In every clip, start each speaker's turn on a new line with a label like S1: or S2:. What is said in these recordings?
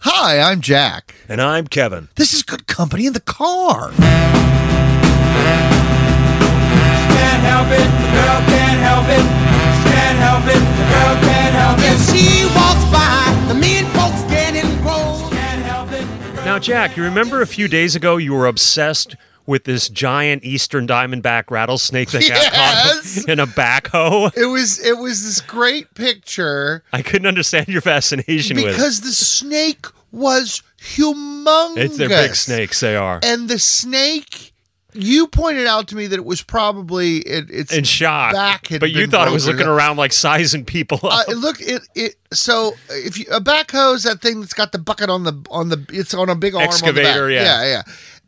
S1: Hi, I'm Jack.
S2: And I'm Kevin.
S1: This is good company in the car.
S3: can't help it, the girl can't help it. She can't help it, the girl can't help it.
S4: She walks by, the mean folks getting grown.
S3: Can't help it.
S2: Now, Jack, you remember a few days ago you were obsessed with this giant eastern diamondback rattlesnake that
S1: Yes.
S2: got caught in a backhoe?
S1: It was it was this great picture
S2: I couldn't understand your fascination with
S1: because the snake was humongous.
S2: it. It's their big snakes, they are.
S1: And the snake you pointed out to me that it was probably it, it's
S2: In shock.
S1: back had
S2: but you
S1: been
S2: thought it was
S1: broken.
S2: looking around like sizing people
S1: Uh,
S2: up.
S1: it look it it so if you a backhoe is that thing that's got the bucket on the on the it's on a big arm on the back.
S2: Excavator, yeah.
S1: yeah yeah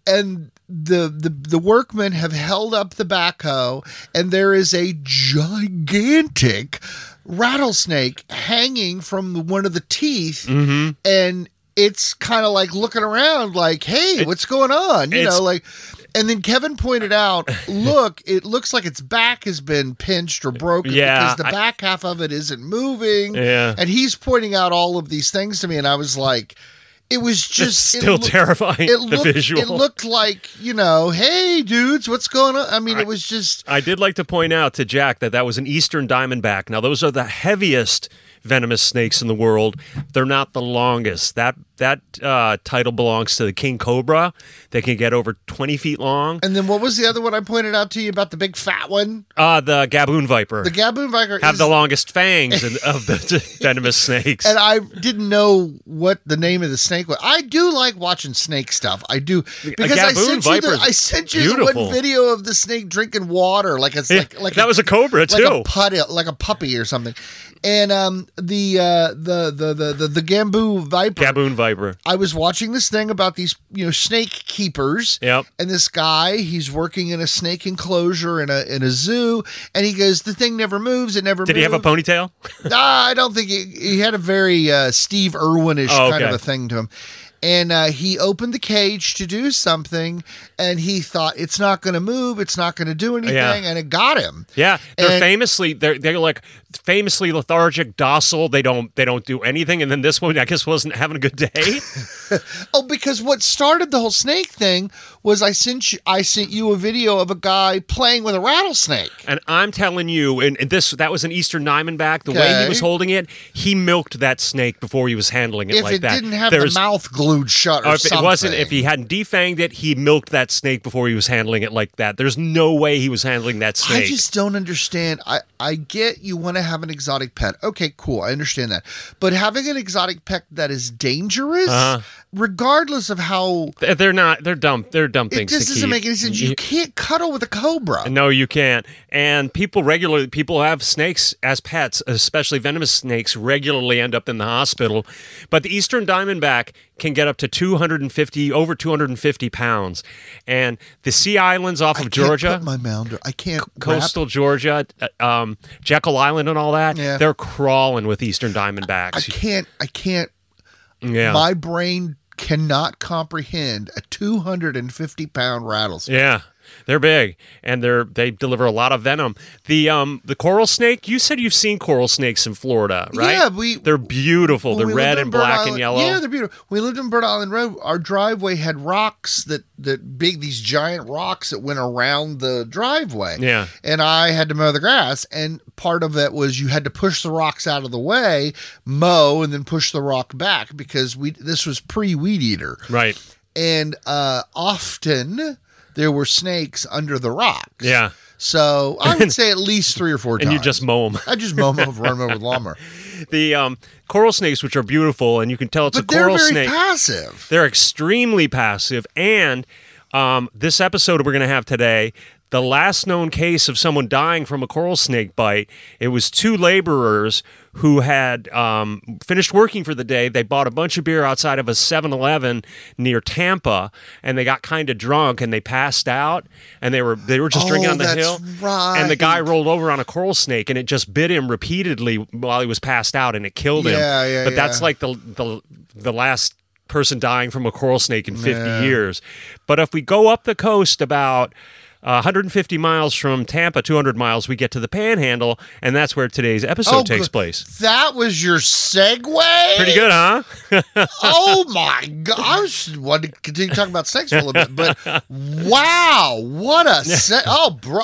S1: and the the the workmen have held up the backhoe and there is a gigantic rattlesnake hanging from the, one of the teeth
S2: Mm-hmm.
S1: and it's kind of like looking around like hey what's going on you
S2: it's-
S1: know like and then Kevin pointed out, look, it looks like its back has been pinched or broken
S2: Yeah,
S1: because the
S2: I-
S1: back half of it isn't moving.
S2: Yeah.
S1: And he's pointing out all of these things to me, and I was like, it was
S2: it's
S1: just it
S2: still
S1: loo-
S2: terrifying,
S1: It
S2: the
S1: looked,
S2: visual.
S1: it looked like, you know, hey dudes, what's going on? I mean, it was just
S2: I did like to point out to Jack that that was an eastern diamondback. Now those are the heaviest venomous snakes in the world. They're not the longest. That that uh, title belongs to the king cobra. They can get over twenty feet long.
S1: and then what was the other one I pointed out to you about the big fat one?
S2: Uh, the gaboon viper
S1: The Gaboon Viper
S2: have
S1: is-
S2: the longest fangs in, of the venomous snakes.
S1: and I didn't know what the name of the snake was. I do like watching snake stuff. I do because I
S2: Gaboon
S1: sent you the
S2: viper's
S1: I sent you the
S2: beautiful.
S1: one video of the snake drinking water like it's
S2: Yeah,
S1: like like
S2: that was a cobra
S1: like
S2: too.
S1: a putty, like a puppy or something. And um the uh the the the the, the gamboo viper.
S2: gaboon viper.
S1: I was watching this thing about these, you know, snake keepers.
S2: Yep.
S1: And this guy, he's working in a snake enclosure in a in a zoo, and he goes, "The thing never moves. It never."
S2: Did he have a
S1: moved."
S2: ponytail?
S1: Ah, I don't think he, he had a very uh, Steve Irwinish
S2: Oh,
S1: kind of
S2: okay.
S1: a thing to him. And uh, he opened the cage to do something, and he thought it's not going to move, it's not going to do anything, and it got him.
S2: Yeah, they're
S1: And-
S2: famously they're they're like famously lethargic, docile. They don't they don't do anything. And then this one, I guess, wasn't having a good day.
S1: Oh, because what started the whole snake thing was I sent you, I sent you a video of a guy playing with a rattlesnake.
S2: And I'm telling you, and, and this that was an Eastern Diamondback. The way
S1: Okay.
S2: he was holding it, he milked that snake before he was handling it
S1: If
S2: like
S1: it
S2: that.
S1: didn't have
S2: There's-
S1: the mouth glued shut or,
S2: or if
S1: something,
S2: it wasn't, if he hadn't defanged it, he milked that snake before he was handling it like that. There's no way he was handling that snake.
S1: I just don't understand. I I get you want to have an exotic pet. Okay, cool. I understand that. But having an exotic pet that is dangerous,
S2: Uh-huh.
S1: regardless of how
S2: They're- they're not. They're dumb. They're dumb
S1: it
S2: things.
S1: just
S2: to
S1: doesn't
S2: keep.
S1: make any sense. You can't cuddle with a cobra.
S2: No, you can't. And people regularly people have snakes as pets, especially venomous snakes, regularly end up in the hospital. But the eastern diamondback can get up to 250 over 250 pounds. And the Sea Islands off
S1: I
S2: of
S1: can't
S2: Georgia,
S1: put my mound. I can't
S2: coastal Georgia, uh, um, Jekyll Island, and all that,
S1: Yeah.
S2: they're crawling with eastern
S1: Wrap, I
S2: diamondbacks.
S1: can't. I can't.
S2: yeah.
S1: My brain cannot comprehend a 250 pound rattlesnake.
S2: Yeah, they're big and they're they deliver a lot of venom. The um the coral snake. You said you've seen coral snakes in Florida, right?
S1: Yeah, we-
S2: They're beautiful.
S1: When
S2: They're
S1: we
S2: red
S1: lived on
S2: and
S1: Bird
S2: black
S1: Island-
S2: and yellow.
S1: Yeah, they're beautiful. We lived on Bird Island Road. Our driveway had rocks that that big these giant rocks that went around the driveway.
S2: Yeah.
S1: and I had to mow the grass, and part of it was you had to push the rocks out of the way, mow, and then push the rock back because we this was pre weed eater,
S2: right.
S1: and uh, often there were snakes under the rocks.
S2: Yeah,
S1: so I would say at least three or four
S2: and
S1: times.
S2: you just mow them.
S1: I just mow them over, run 'em over with a lawnmower.
S2: The um coral snakes, which are beautiful, and you can tell it's
S1: But
S2: a
S1: they're
S2: coral
S1: very
S2: snake.
S1: passive.
S2: They're extremely passive. And um, this episode we're going to have today, the last known case of someone dying from a coral snake bite, it was two laborers who had um, finished working for the day. They bought a bunch of beer outside of a 7 Eleven near Tampa, and they got kind of drunk and they passed out, and they were they were just drinking
S1: Oh,
S2: on the
S1: that's
S2: hill. And the guy rolled over on a coral snake, and it just bit him repeatedly while he was passed out, and it killed him.
S1: Yeah, yeah,
S2: But that's
S1: yeah.
S2: like like the the the last person dying from a coral snake in 50 years. But if we go up the coast about Uh, 150 miles from Tampa, 200 miles, we get to the Panhandle, and that's where today's episode takes
S1: gr-
S2: place.
S1: That was your segue.
S2: Pretty good, huh?
S1: oh my god! I just wanted to continue talking about sex for a little bit, but wow, what a se- oh, bro,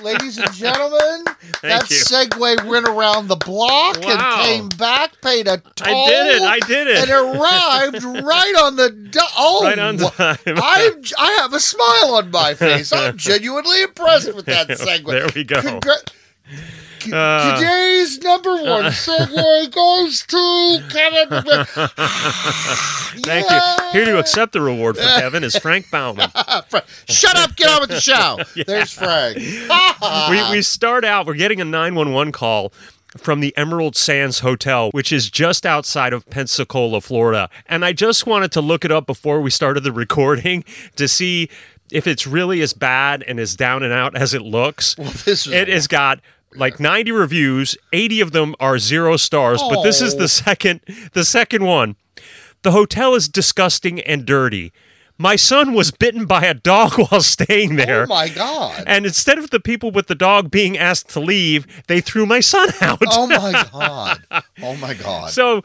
S1: ladies and gentlemen, that
S2: you.
S1: segue went around the block
S2: Wow.
S1: and came back, paid a
S2: I
S1: toll.
S2: did it, I did it.
S1: and arrived right on the do- oh,
S2: Right on
S1: wha-
S2: time.
S1: I'm I have a smile on my face. I'm genuinely impressed with that segue.
S2: There we go.
S1: Congra- T-
S2: Uh,
S1: Today's number one segue goes to Kevin. McMahon.
S2: Thank you. Here to accept the reward for Kevin is Frank Bauman.
S1: Shut up, get on with the show. There's Frank. Uh-huh.
S2: we, we start out, we're getting a 911 call from the Emerald Sands Hotel, which is just outside of Pensacola, Florida. And I just wanted to look it up before we started the recording to see if it's really as bad and as down and out as it looks.
S1: this is-
S2: it has got like 90 reviews, 80 of them are zero stars, but this is
S1: Oh.
S2: the second the second one. The hotel is disgusting and dirty. My son was bitten by a dog while staying there.
S1: Oh my god.
S2: And instead of the people with the dog being asked to leave, they threw my son out.
S1: Oh my god. Oh my god.
S2: So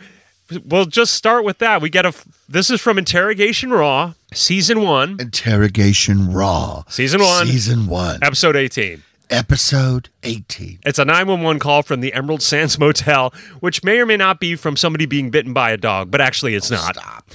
S2: we'll just start with that. We get a. This is from Interrogation Raw, season one,
S1: Interrogation Raw.
S2: Season one.
S1: Season one.
S2: episode 18.
S1: episode 18.
S2: It's a 911 call from the Emerald Sands Motel, which may or may not be from somebody being bitten by a dog, but actually it's not.
S1: Stop.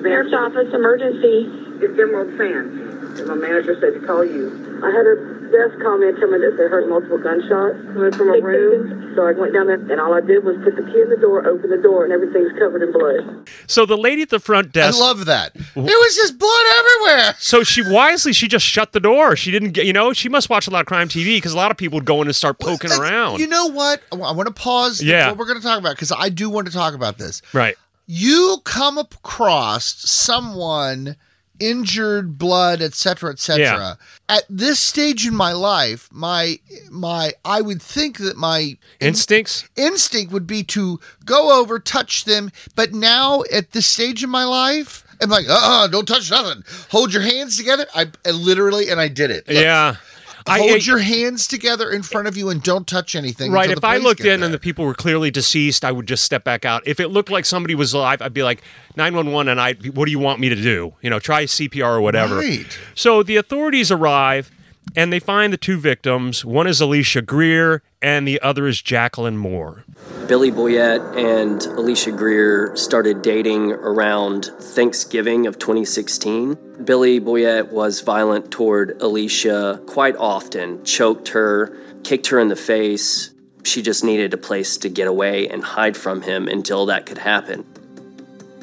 S5: Mayor's office, emergency.
S6: It's Emerald Sands. And my manager said to call you. I had a desk call me and tell me that they heard multiple gunshots coming from a room. So I went down there and all I did was put the key in the door, open the door, and everything's covered in blood.
S2: So the lady at the front
S1: I
S2: desk.
S1: love that. There was just blood everywhere.
S2: so she wisely she just shut the door. She didn't get you know she must watch a lot of crime TV because a lot of people would go in and start poking
S1: That's-
S2: around.
S1: You know what? I want to pause
S2: Yeah.
S1: what we're going to talk about because I do want to talk about this.
S2: right.
S1: you come across someone injured blood etc etc
S2: Yeah.
S1: at this stage in my life my my i would think that my
S2: Instincts.
S1: instinct would be to go over touch them but now at this stage in my life i'm like uh-uh don't touch nothing hold your hands together i, I literally and i did it Look,
S2: yeah. I-
S1: hold
S2: I-
S1: your hands together in front of you and don't touch anything
S2: Right.
S1: until
S2: If
S1: the
S2: I
S1: police
S2: looked
S1: get
S2: in and the
S1: there.
S2: people were clearly deceased, I would just step back out. If it looked like somebody was alive, I'd be like, 911, and I, what do you want me to do? You know, try CPR or whatever.
S1: Right.
S2: So the authorities arrive and they find the two victims. One is Alicia Greer and the other is Jacqueline Moore.
S7: Billy Boyette and Alicia Greer started dating around Thanksgiving of 2016. Billy Boyette was violent toward Alicia quite often, choked her, kicked her in the face. She just needed a place to get away and hide from him until that could happen.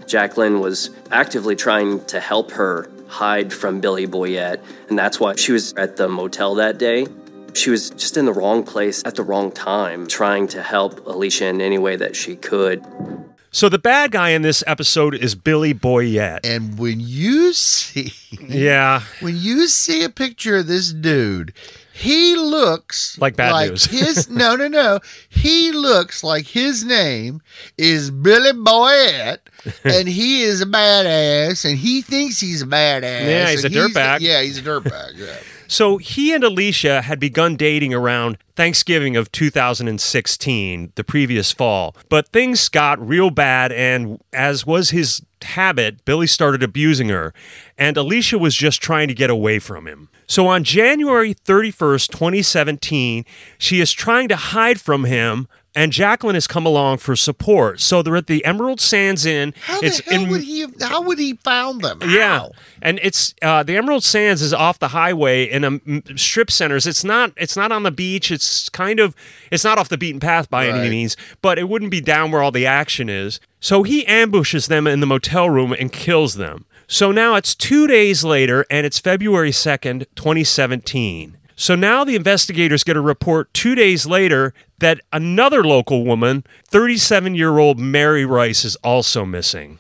S7: Jacqueline was actively trying to help her hide from Billy Boyette, and that's why she was at the motel that day. She was just in the wrong place at the wrong time, trying to help Alicia in any way that she could.
S2: So the bad guy in this episode is Billy Boyette.
S1: and when you see
S2: Yeah.
S1: when you see a picture of this dude, he looks
S2: Like bad news.
S1: his no, no, no. He looks like his name is Billy Boyette, and he is a badass, and he thinks he's a badass.
S2: Yeah, he's
S1: and
S2: a dirtbag.
S1: Yeah, he's a dirtbag. Yeah.
S2: So he and Alicia had begun dating around Thanksgiving of 2016, the previous fall. But things got real bad, and as was his habit, Billy started abusing her, and Alicia was just trying to get away from him. So on January 31st, 2017, she is trying to hide from him. And Jacqueline has come along for support. So they're at the Emerald Sands Inn.
S1: How the hell
S2: in-
S1: would he? Have, how would he found them?
S2: yeah,
S1: How?
S2: and it's uh, the Emerald Sands is off the highway in um, strip centers. It's not it's not on the beach. It's kind of it's not off the beaten path by any
S1: Right.
S2: means, but it wouldn't be down where all the action is. So he ambushes them in the motel room and kills them. So now it's two days later, and it's February second, twenty seventeen. So now the investigators get a report two days later that another local woman, 37 year old Mary Rice, is also missing.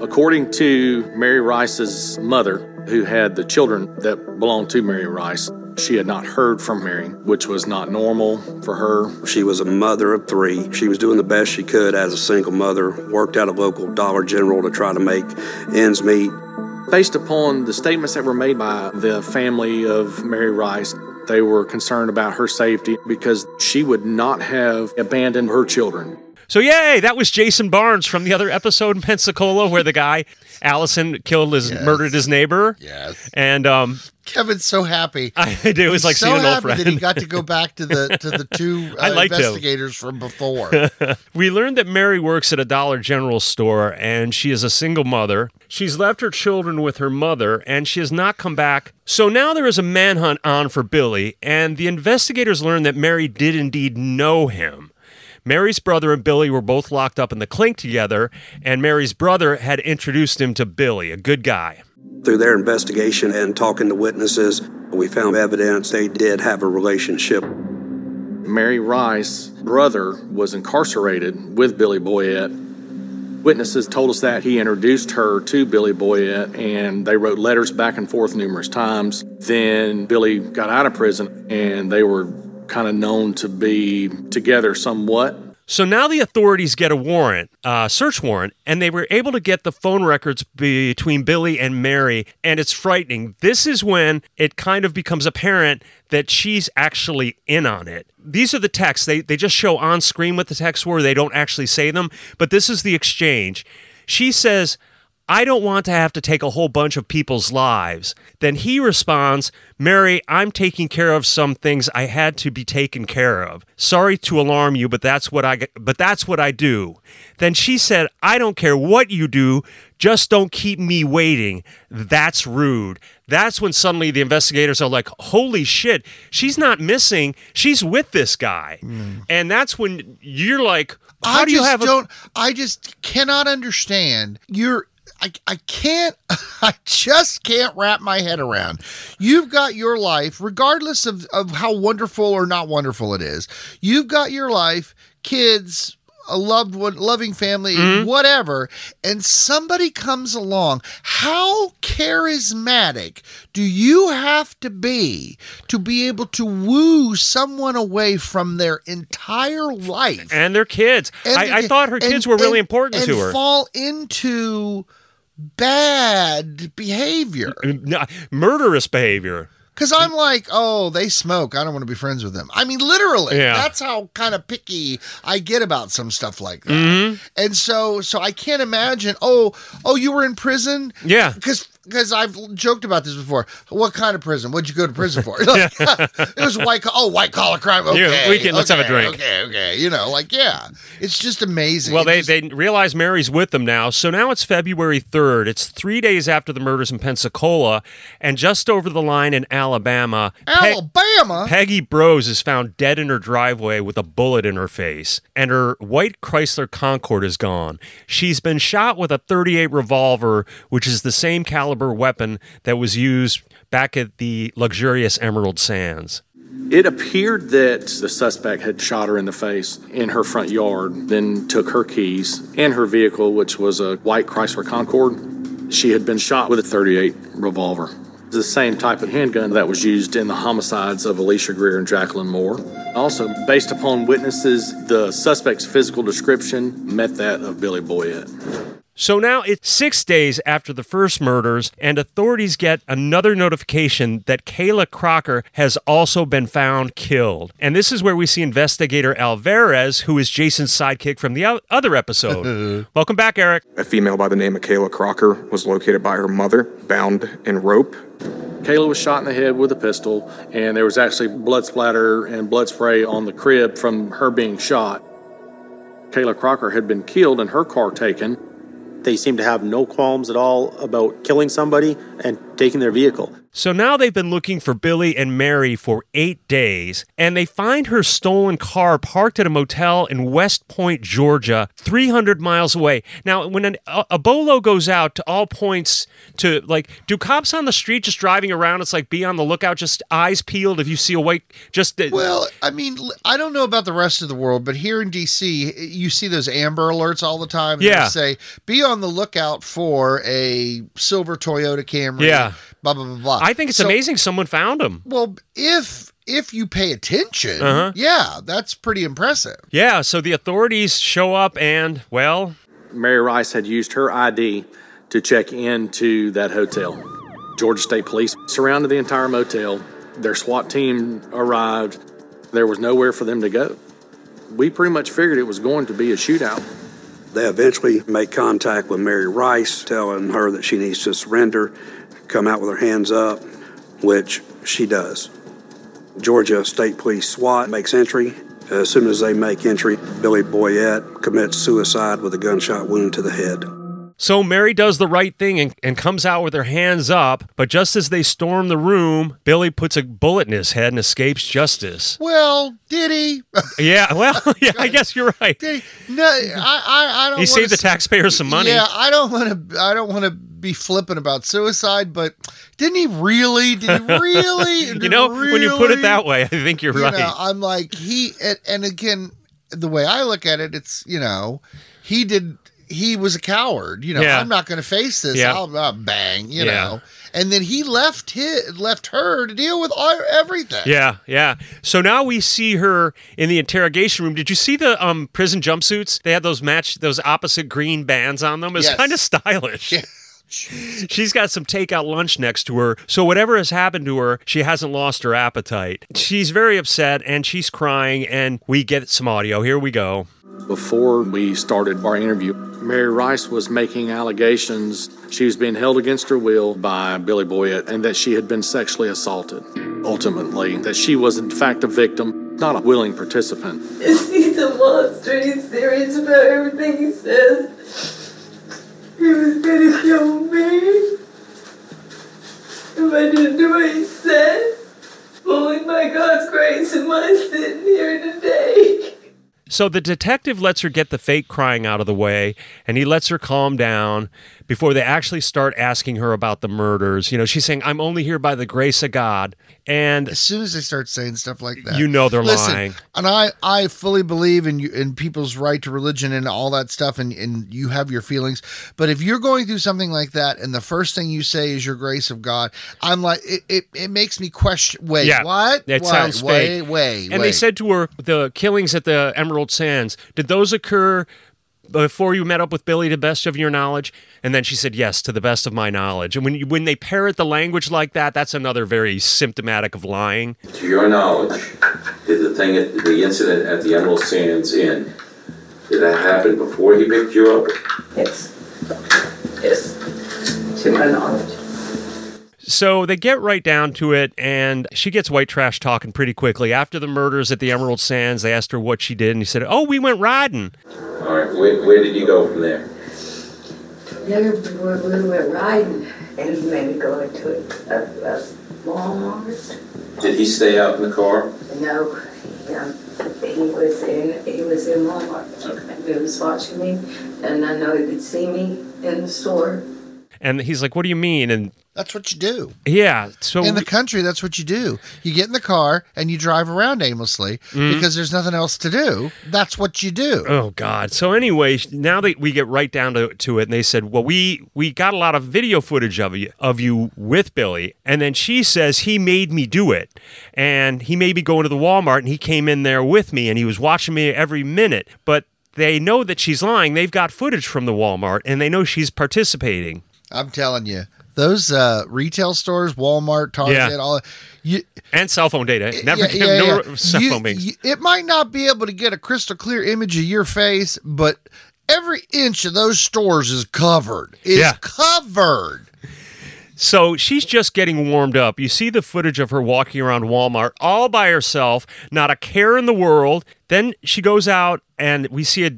S8: According to Mary Rice's mother, who had the children that belonged to Mary Rice, she had not heard from Mary, which was not normal for her.
S9: She was a mother of three. She was doing the best she could as a single mother, worked at a local Dollar General to try to make ends meet.
S8: Based upon the statements that were made by the family of Mary Rice, they were concerned about her safety because she would not have abandoned her children.
S2: So, yay, that was Jason Barnes from the other episode in Pensacola where the guy, Allison, killed his, murdered his neighbor.
S1: Yes.
S2: And um,
S1: Kevin's so happy.
S2: I do. It was like
S1: so
S2: seeing an old
S1: happy that he
S2: friend.
S1: got to go back to the to the two
S2: I
S1: uh,
S2: liked him.
S1: investigators from before.
S2: We learned that Mary works at a Dollar General store and she is a single mother. She's left her children with her mother and she has not come back. So now there is a manhunt on for Billy, and the investigators learn that Mary did indeed know him. Mary's brother and Billy were both locked up in the clink together, and Mary's brother had introduced him to Billy, a good guy.
S9: Through their investigation and talking to witnesses, we found evidence they did have a relationship.
S8: Mary Rice's brother was incarcerated with Billy Boyette. Witnesses told us that he introduced her to Billy Boyette and they wrote letters back and forth numerous times. Then Billy got out of prison and they were kind of known to be together somewhat.
S2: So now the authorities get a warrant, uh, search warrant, and they were able to get the phone records between Billy and Mary, and it's frightening. This is when it kind of becomes apparent that she's actually in on it. These are the texts. They, they just show on screen what the texts were, they don't actually say them, but this is the exchange. She says, I don't want to have to take a whole bunch of people's lives. Then he responds, Mary, I'm taking care of some things I had to be taken care of. Sorry to alarm you, but that's what I but that's what I do. Then she said, I don't care what you do, just don't keep me waiting. That's rude. That's when suddenly the investigators are like, holy shit, she's not missing. She's with this guy. And that's when you're like, how
S1: Hmm. I
S2: do
S1: just
S2: you have a
S1: don't. I just cannot understand. You're. I, I can't I just can't wrap my head around. You've got your life, regardless of, of how wonderful or not wonderful it is, you've got your life, kids, a loved one, loving family,
S2: Mm-hmm.
S1: whatever, and somebody comes along. How charismatic do you have to be to be able to woo someone away from their entire life?
S2: and their kids.
S1: And
S2: I, I
S1: the-
S2: thought her
S1: and-
S2: kids were really
S1: and-
S2: important
S1: and
S2: to her.
S1: Fall into bad behavior
S2: No, uh, murderous behavior.
S1: because I'm like, oh, they smoke. I don't want to be friends with them. I mean, literally,
S2: Yeah.
S1: that's how kind of picky I get about some stuff like that.
S2: Mm-hmm.
S1: And so, so I can't imagine. Oh, oh, you were in prison.
S2: Yeah.
S1: because. Because I've joked about this before. What kind of prison? What'd you go to prison for? Like, it was white. Co- oh, white collar crime.
S2: Yeah,
S1: Okay,
S2: we can- let's have a
S1: okay,
S2: drink.
S1: Okay, okay. You know, like yeah, it's just amazing.
S2: Well,
S1: It
S2: they,
S1: just-
S2: they realize Mary's with them now. So now it's February 3rd. It's three days after the murders in Pensacola and just over the line in Alabama. Pe-
S1: Alabama.
S2: Peggy Bros is found dead in her driveway with a bullet in her face, and her white Chrysler Concorde is gone. She's been shot with a 38 revolver, which is the same caliber weapon that was used back at the luxurious Emerald Sands.
S8: It appeared that the suspect had shot her in the face in her front yard, then took her keys and her vehicle, which was a white Chrysler Concorde. She had been shot with a 38 revolver, the same type of handgun that was used in the homicides of Alicia Greer and Jacqueline Moore. Also, based upon witnesses, the suspect's physical description met that of Billy Boyett.
S2: So now it's six days after the first murders, and authorities get another notification that Kayla Crocker has also been found killed. And this is where we see investigator Alvarez, who is Jason's sidekick from the o- other episode. Welcome back, Eric.
S10: A female by the name of Kayla Crocker was located by her mother, bound in rope.
S8: Kayla was shot in the head with a pistol, and there was actually blood splatter and blood spray on the crib from her being shot. Kayla Crocker had been killed and her car taken.
S11: They seem to have no qualms at all about killing somebody and taking their vehicle.
S2: So now they've been looking for Billy and Mary for eight days, and they find her stolen car parked at a motel in West Point, Georgia, 300 miles away. Now, when an, a, a bolo goes out to all points to like, do cops on the street just driving around? It's like be on the lookout, just eyes peeled if you see a white. Just
S1: Well, I mean, l- I don't know about the rest of the world, but here in DC, you see those amber alerts all the time. They
S2: Yeah.
S1: say be on the lookout for a silver Toyota Camry.
S2: Yeah.
S1: blah blah blah blah.
S2: I think it's
S1: So-
S2: amazing someone found him.
S1: Well, if if you pay attention,
S2: Uh-huh.
S1: yeah, that's pretty impressive.
S2: Yeah, so the authorities show up and well,
S8: Mary Rice had used her ID to check into that hotel. Georgia State Police surrounded the entire motel. Their SWAT team arrived. There was nowhere for them to go. We pretty much figured it was going to be a shootout.
S9: They eventually make contact with Mary Rice, telling her that she needs to surrender, come out with her hands up, which she does. Georgia State Police SWAT makes entry. As soon as they make entry, Billy Boyette commits suicide with a gunshot wound to the head.
S2: So Mary does the right thing and, and comes out with her hands up, but just as they storm the room, Billy puts a bullet in his head and escapes justice.
S1: Well, did he?
S2: Yeah, well, yeah, I guess you're right.
S1: No, I, I, I don't.
S2: He
S1: wanna
S2: saved the
S1: s-
S2: taxpayers some money.
S1: Yeah, I don't want to. I don't want to be flippant about suicide, but didn't he really? Did he really?
S2: you know, when you put it
S1: Really?
S2: that way, I think you're
S1: you
S2: right.
S1: know, I'm like he and, and again the way I look at it, it's you know he did he was a coward. You know
S2: Yeah.
S1: I'm not going to face this.
S2: Yeah.
S1: I'll, I'll bang. You
S2: Yeah.
S1: know, and then he left his, left her to deal with all, everything.
S2: Yeah, yeah. So now we see her in the interrogation room. Did you see the um, prison jumpsuits? They had those match those opposite green bands on them. It's
S1: Yes.
S2: kind of stylish. She's got some takeout lunch next to her. So whatever has happened to her, she hasn't lost her appetite. She's very upset and she's crying and we get some audio. Here we go.
S8: Before we started our interview, Mary Rice was making allegations she was being held against her will by Billy Boyett and that she had been sexually assaulted. Ultimately, that she was in fact a victim, not a willing participant.
S12: Is he's a monster. He's serious about everything he says. He was gonna kill me. If I didn't do what he said, only by God's grace am I sitting here today.
S2: So the detective lets her get the fake crying out of the way and he lets her calm down before they actually start asking her about the murders. You know, she's saying, I'm only here by the grace of God. And
S1: as soon as they start saying stuff like that,
S2: you know they're
S1: Listen,
S2: lying.
S1: And I, I fully believe in you, in people's right to religion and all that stuff, and, and you have your feelings. But if you're going through something like that, and the first thing you say is your grace of God, I'm like, it, it, it makes me question. Wait,
S2: yeah,
S1: what?
S2: That
S1: Why?
S2: sounds
S1: way,
S2: fake.
S1: way,
S2: And they said to her, the killings at the Emerald Sands, did those occur before you met up with Billy to the best of your knowledge? And then she said, yes, to the best of my knowledge. And when you, when they parrot the language like that, that's another very symptomatic of lying.
S13: To your knowledge, did the thing, at the incident at the Emerald Sands Inn, did that happen before he picked you up?
S12: Yes. Yes. To my knowledge.
S2: So they get right down to it, and she gets white trash talking pretty quickly. After the murders at the Emerald Sands, they asked her what she did, and she said, oh, we went riding.
S13: All right, where, where did you go from there?
S12: Then we went, we went riding, and he made me go into a, a, a Walmart.
S13: Did he stay out in the car?
S12: No, um, he was in he was in Walmart. He was watching me, and I know he could see me in the store.
S2: And he's like, what do you mean? And
S1: that's what you do.
S2: yeah, so
S1: in the country, that's what you do. You get in the car and you drive around aimlessly
S2: Mhm.
S1: because there's nothing else to do. That's what you do.
S2: Oh God! So anyway, now that we get right down to, to it, and they said, "Well, we we got a lot of video footage of you of you with Billy," and then she says he made me do it, and he made me go into the Walmart, and he came in there with me, and he was watching me every minute. But they know that she's lying. They've got footage from the Walmart, and they know she's participating.
S1: I'm telling you, those uh, retail stores, Walmart, Target,
S2: Yeah.
S1: all you,
S2: And cell phone data. Never
S1: Yeah,
S2: give
S1: yeah,
S2: no
S1: yeah.
S2: cell
S1: You-
S2: phone being.
S1: you- it might not be able to get a crystal clear image of your face, but every inch of those stores is covered. Is
S2: Yeah.
S1: covered.
S2: So she's just getting warmed up. You see the footage of her walking around Walmart all by herself, not a care in the world. Then she goes out and we see a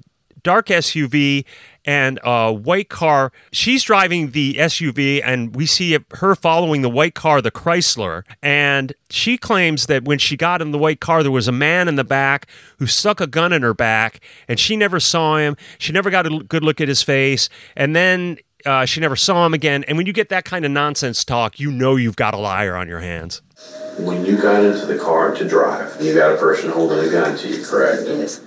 S2: dark SUV and a white car. She's driving the SUV and we see it- her following the white car, the Chrysler. And she claims that when she got in the white car, there was a man in the back who stuck a gun in her back and she never saw him. She never got a l- good look at his face. And then uh, she never saw him again. And when you get that kind of nonsense talk, you know you've got a liar on your hands.
S13: When you got into the car to drive, you got a person holding a gun to you, correct?
S12: Yes.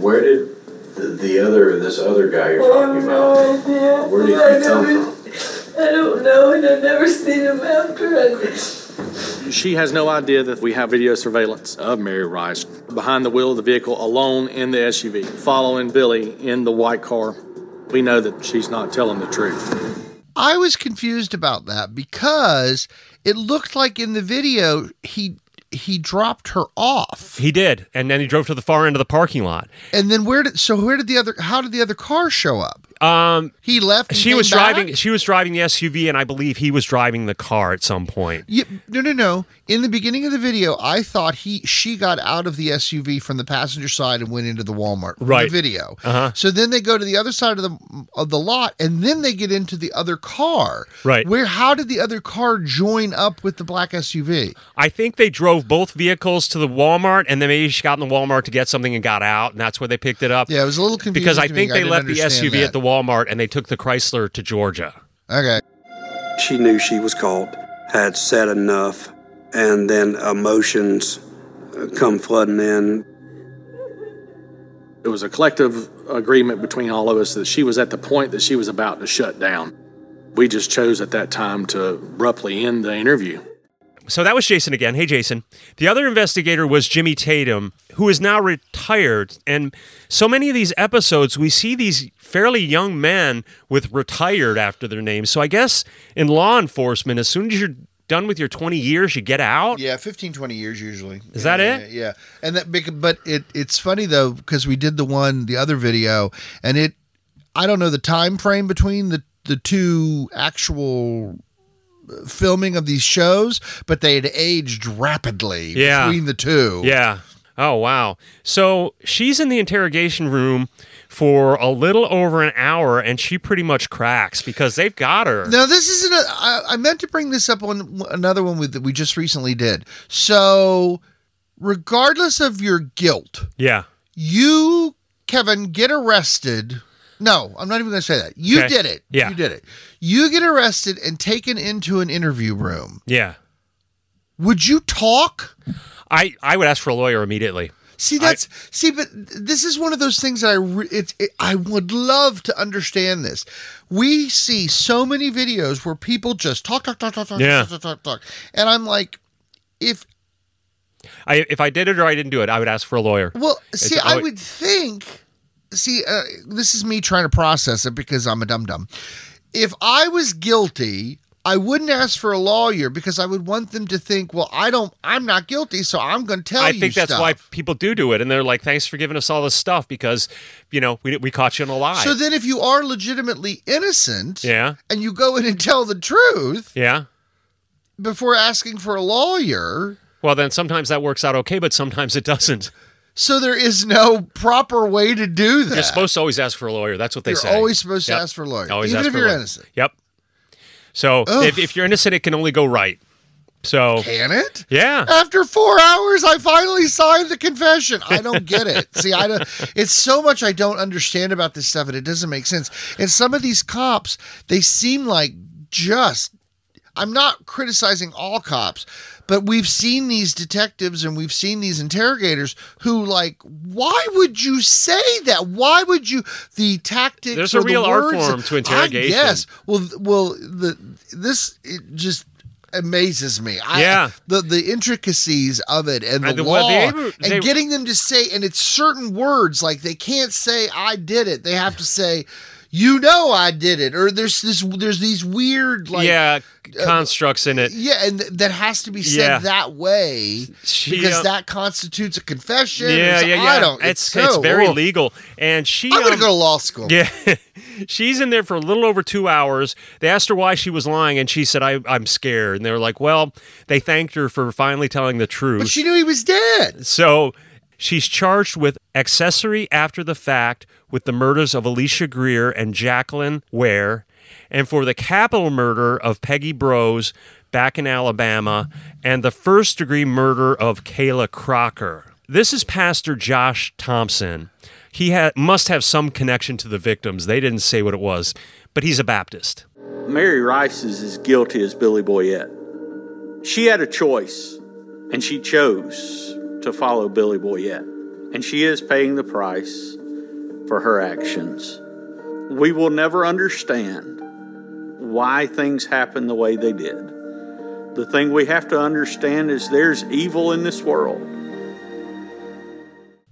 S13: Where did the, the other, this other guy you're
S12: I
S13: talking
S12: have
S13: about,
S12: no idea.
S13: where did
S12: I
S13: he come
S12: never-
S13: from?
S12: I don't know, and I've never seen him after. I,
S8: She has no idea that we have video surveillance of Mary Rice behind the wheel of the vehicle alone in the SUV, following Billy in the white car. We know that she's not telling the truth.
S1: I was confused about that because it looked like in the video he he dropped her off.
S2: He did, and then he drove to the far end of the parking lot.
S1: And then where did so where did the other how did the other car show up?
S2: Um,
S1: he left. and
S2: She
S1: came
S2: was
S1: back?
S2: driving. She was driving the SUV, and I believe he was driving the car at some point.
S1: Yeah, no, no, no. In the beginning of the video, I thought he she got out of the SUV from the passenger side and went into the Walmart. from
S2: Right.
S1: The video.
S2: Uh-huh.
S1: So then they go to the other side of the of the lot, and then they get into the other car.
S2: Right.
S1: Where? How did the other car join up with the black SUV?
S2: I think they drove both vehicles to the Walmart, and then maybe she got in the Walmart to get something and got out, and that's where they picked it up.
S1: Yeah, it was a little confusing
S2: because I
S1: to me.
S2: think
S1: I
S2: they
S1: didn't
S2: left the
S1: understand
S2: SUV
S1: that.
S2: at the Walmart and they took the Chrysler to Georgia.
S1: Okay.
S9: She knew she was caught, had said enough, and then emotions uh, come flooding in.
S8: It was a collective agreement between all of us that she was at the point that she was about to shut down. We just chose at that time to abruptly end the interview.
S2: So that was Jason again. Hey, Jason. The other investigator was Jimmy Tatum, who is now retired. And so many of these episodes, we see these fairly young men with retired after their names. So I guess in law enforcement, as soon as you're done with your 20 years, you get out.
S1: Yeah, 15, 20 years usually.
S2: Is
S1: Yeah,
S2: that
S1: yeah,
S2: it?
S1: Yeah, yeah. And that, bec- but it it's funny though because we did the one the other video, and it I don't know the time frame between the the two actual uh, filming of these shows, but they had aged rapidly
S2: Yeah.
S1: between the two.
S2: Yeah. Oh, wow. So she's in the interrogation room for a little over an hour and she pretty much cracks because they've got her.
S1: Now this isn't a. I, I meant to bring this up on another one with that we just recently did. So, regardless of your guilt,
S2: Yeah.
S1: you Kevin get arrested. No, I'm not even going to say that. You
S2: Okay.
S1: did it.
S2: Yeah.
S1: you did it. You get arrested and taken into an interview room.
S2: Yeah.
S1: Would you talk?
S2: I, I would ask for a lawyer immediately.
S1: See that's see, but this is one of those things that I re- it's it, I would love to understand this. We see so many videos where people just talk, talk, talk, talk, talk,
S2: Yeah.
S1: talk, talk, talk, talk, and I'm like, if
S2: I, if I did it or I didn't do it, I would ask for a lawyer.
S1: Well,
S2: It's
S1: see, I
S2: alwa-
S1: would think. See, uh, this is me trying to process it because I'm a dum dum. If I was guilty, I wouldn't ask for a lawyer because I would want them to think, "Well, I don't. I'm not guilty, so I'm going to tell
S2: I
S1: you."
S2: think that's
S1: stuff.
S2: why people do do it, and they're like, "Thanks for giving us all this stuff because, you know, we, we caught you in a lie."
S1: So then, if you are legitimately innocent
S2: yeah,
S1: and you go in and tell the truth
S2: yeah.
S1: before asking for a lawyer,
S2: Well, then sometimes that works out okay, but sometimes it doesn't.
S1: so there is no proper way to do that.
S2: You're supposed to always ask for a lawyer. That's what they
S1: You're
S2: say.
S1: always supposed to
S2: Yep.
S1: ask for a lawyer,
S2: Always
S1: even
S2: ask
S1: if
S2: for a
S1: you're
S2: lawyer.
S1: innocent.
S2: Yep. So
S1: Ugh.
S2: if, if you're innocent, it can only go right. So
S1: Can it?
S2: yeah,
S1: After four hours, I finally signed the confession. I don't get it. See, I don't. It's so much I don't understand about this stuff, and it doesn't make sense. And some of these cops, they seem like just. I'm not criticizing all cops, but we've seen these detectives and we've seen these interrogators who, like, why would you say that? Why would you? The tactics.
S2: There's
S1: or
S2: a
S1: the
S2: real art
S1: words-
S2: form to interrogation.
S1: I guess. Well, th- well, the this it just amazes me. I,
S2: Yeah.
S1: the the intricacies of it and the,
S2: And the-
S1: law
S2: well, they-
S1: and
S2: they-
S1: getting them to say and it's certain words like they can't say I did it. They have to say you know I did it or there's this there's these weird like uh,
S2: yeah, constructs in it.
S1: yeah, and th- that has to be said
S2: Yeah.
S1: that way
S2: She,
S1: because
S2: uh,
S1: that constitutes a confession. or
S2: Yeah,
S1: so-
S2: yeah, yeah.
S1: I don't.
S2: It's
S1: so-
S2: it's very
S1: ugh.
S2: legal, and she.
S1: I'm gonna
S2: um,
S1: go to law school.
S2: Yeah. She's in there for a little over two hours. They asked her why she was lying, and she said, I, I'm scared. And they were like, Well, they thanked her for finally telling the truth.
S1: but she knew he was dead.
S2: so she's charged with accessory after the fact with the murders of Alicia Greer and Jacqueline Ware, and for the capital murder of Peggy Brose back in Alabama, and the first degree murder of Kayla Crocker. This is Pastor Josh Thompson. He ha- must have some connection to the victims. They didn't say what it was, but he's a Baptist.
S14: Mary Rice is as guilty as Billy Boyette. She had a choice, and she chose to follow Billy Boyette. And she is paying the price for her actions. We will never understand why things happened the way they did. The thing we have to understand is there's evil in this world.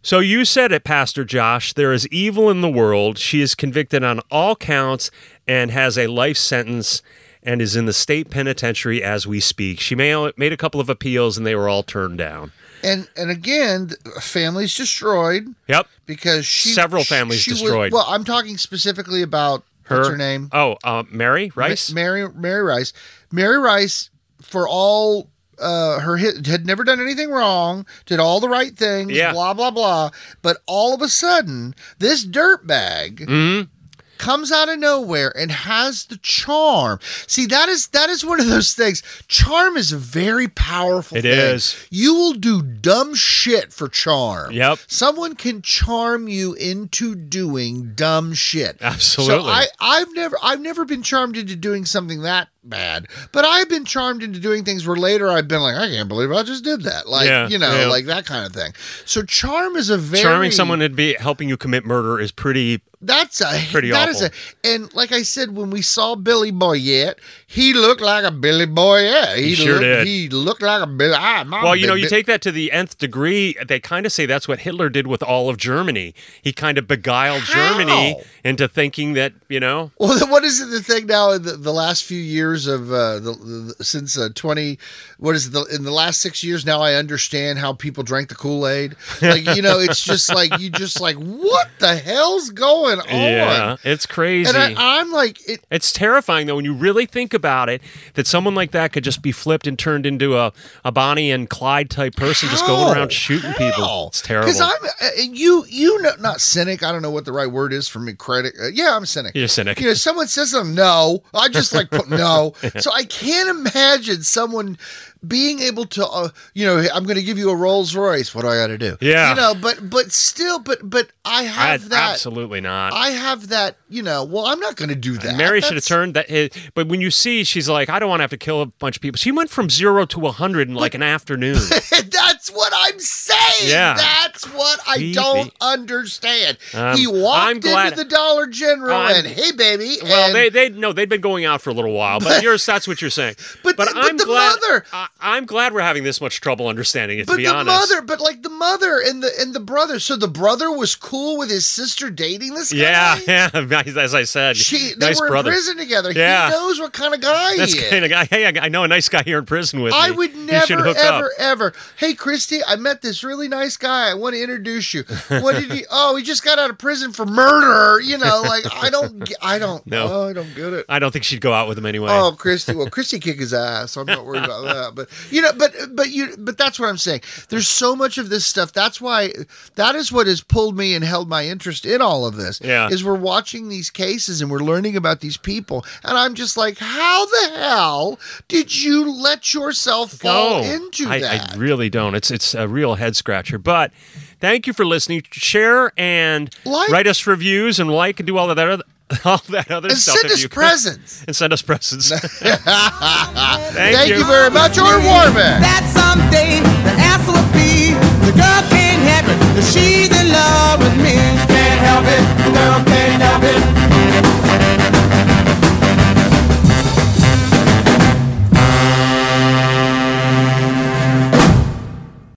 S2: So you said it, Pastor Josh. There is evil in the world. She is convicted on all counts and has a life sentence and is in the state penitentiary as we speak. She may, made a couple of appeals and they were all turned down.
S1: And and again, th- families destroyed.
S2: Yep.
S1: Because she
S2: Several
S1: she-
S2: families
S1: she was-
S2: destroyed.
S1: well, I'm talking specifically about what's her name.
S2: Oh, uh, Mary Rice.
S1: Ma- Mary Mary Rice. Mary Rice for all uh, her hit, had never done anything wrong, did all the right things,
S2: Yeah.
S1: blah blah blah. But all of a sudden, this dirtbag
S2: Mm-hmm.
S1: comes out of nowhere and has the charm. See, that is that is one of those things. Charm is a very powerful
S2: It
S1: thing.
S2: is.
S1: You will do dumb shit for charm.
S2: Yep.
S1: Someone can charm you into doing dumb shit.
S2: Absolutely.
S1: So I, I've never I've never been charmed into doing something that bad, but I've been charmed into doing things where later I've been like, I can't believe I just did that. Like
S2: Yeah,
S1: you know,
S2: yeah.
S1: like that kind of thing. So charm is a very
S2: Charming someone to be helping you commit murder is pretty.
S1: That's a
S2: Pretty
S1: that is
S2: awful.
S1: a and like I said when we saw Billy Boyette, he looked like a Billy Boyette.
S2: He sure
S1: looked,
S2: did.
S1: He looked like a Billy. Ah, my
S2: Well, you know,
S1: big
S2: you
S1: bi-
S2: take that to the nth degree. They kind of say that's what Hitler did with all of Germany. He kind of beguiled Germany into thinking that you know.
S1: Well, then what is it the thing now in the, the last few years of uh, the, the since uh, twenty? What is it, the in the last six years? Now I understand how people drank the Kool Aid. Like you know, it's just like you just like what the hell's going on?
S2: Yeah, it's crazy.
S1: And I, I'm like, it,
S2: It's terrifying though when you really think about it that someone like that could just be flipped and turned into a, a Bonnie and Clyde type person just
S1: How?
S2: going around shooting people. It's terrible.
S1: Because I'm uh, you, you know, not cynic. I don't know what the right word is for me. Credit, uh, yeah, I'm cynic.
S2: You're a cynic.
S1: You know, someone says something, no, I just like put no. So I can't imagine someone being able to, uh, you know, I'm going to give you a Rolls Royce. What do I got to do?
S2: Yeah.
S1: you know, but but still, but but I
S2: I-
S1: have that.
S2: absolutely not.
S1: I have that. You know, well, I'm not going to do that.
S2: Mary should have
S1: That's-
S2: turned that. eh, But when you see, she's like, I don't want to have to kill a bunch of people. She went from zero to 100 in like an afternoon.
S1: That's what I'm saying.
S2: Yeah.
S1: That's what I
S2: Creepy.
S1: don't understand.
S2: Um,
S1: he walked
S2: I'm glad-
S1: into the Dollar General
S2: I'm-
S1: and hey baby.
S2: well,
S1: and-
S2: they they no, they'd been going out for a little while, but yours that's what you're saying. But, I'm
S1: the
S2: glad
S1: mother-
S2: I, I'm glad we're having this much trouble understanding it.
S1: but
S2: to be
S1: the
S2: honest,
S1: mother, but like the mother and the and the brother. So the brother was cool with his sister dating this guy.
S2: yeah, yeah, as I said,
S1: She, they
S2: nice
S1: were
S2: brother.
S1: in prison together.
S2: Yeah.
S1: He knows what kind of guy
S2: That's
S1: he is.
S2: kind of guy. Hey, I I know a nice guy here in prison with
S1: I
S2: me.
S1: would
S2: You should
S1: never,
S2: hook up."
S1: ever, ever. Hey, Christy, I met this really nice guy. I want to introduce you. What did he? Oh, he just got out of prison for murder. You know, like I don't, ge- I don't,
S2: No.
S1: oh, I don't get it.
S2: I don't think she'd go out with him anyway.
S1: Oh, Christy. Well, Christy kicked his ass. So I'm not worried about that. But you know, but but you, but that's what I'm saying. There's so much of this stuff. That's why that is what has pulled me and held my interest in all of this.
S2: Yeah.
S1: is we're watching these cases and we're learning about these people, and I'm just like, how the hell did you let yourself fall
S2: Oh,
S1: into
S2: I,
S1: that?
S2: I really don't. It's it's a real head scratcher. But thank you for listening. Share and
S1: Like-
S2: write us reviews and like and do all of that other all that other
S1: And
S2: stuff.
S1: send
S2: if
S1: us
S2: you-
S1: presents.
S2: and send us presents.
S1: Thank, you. very much, or Warbeck.
S4: That someday the answer will be the girl can't help it if she's in love.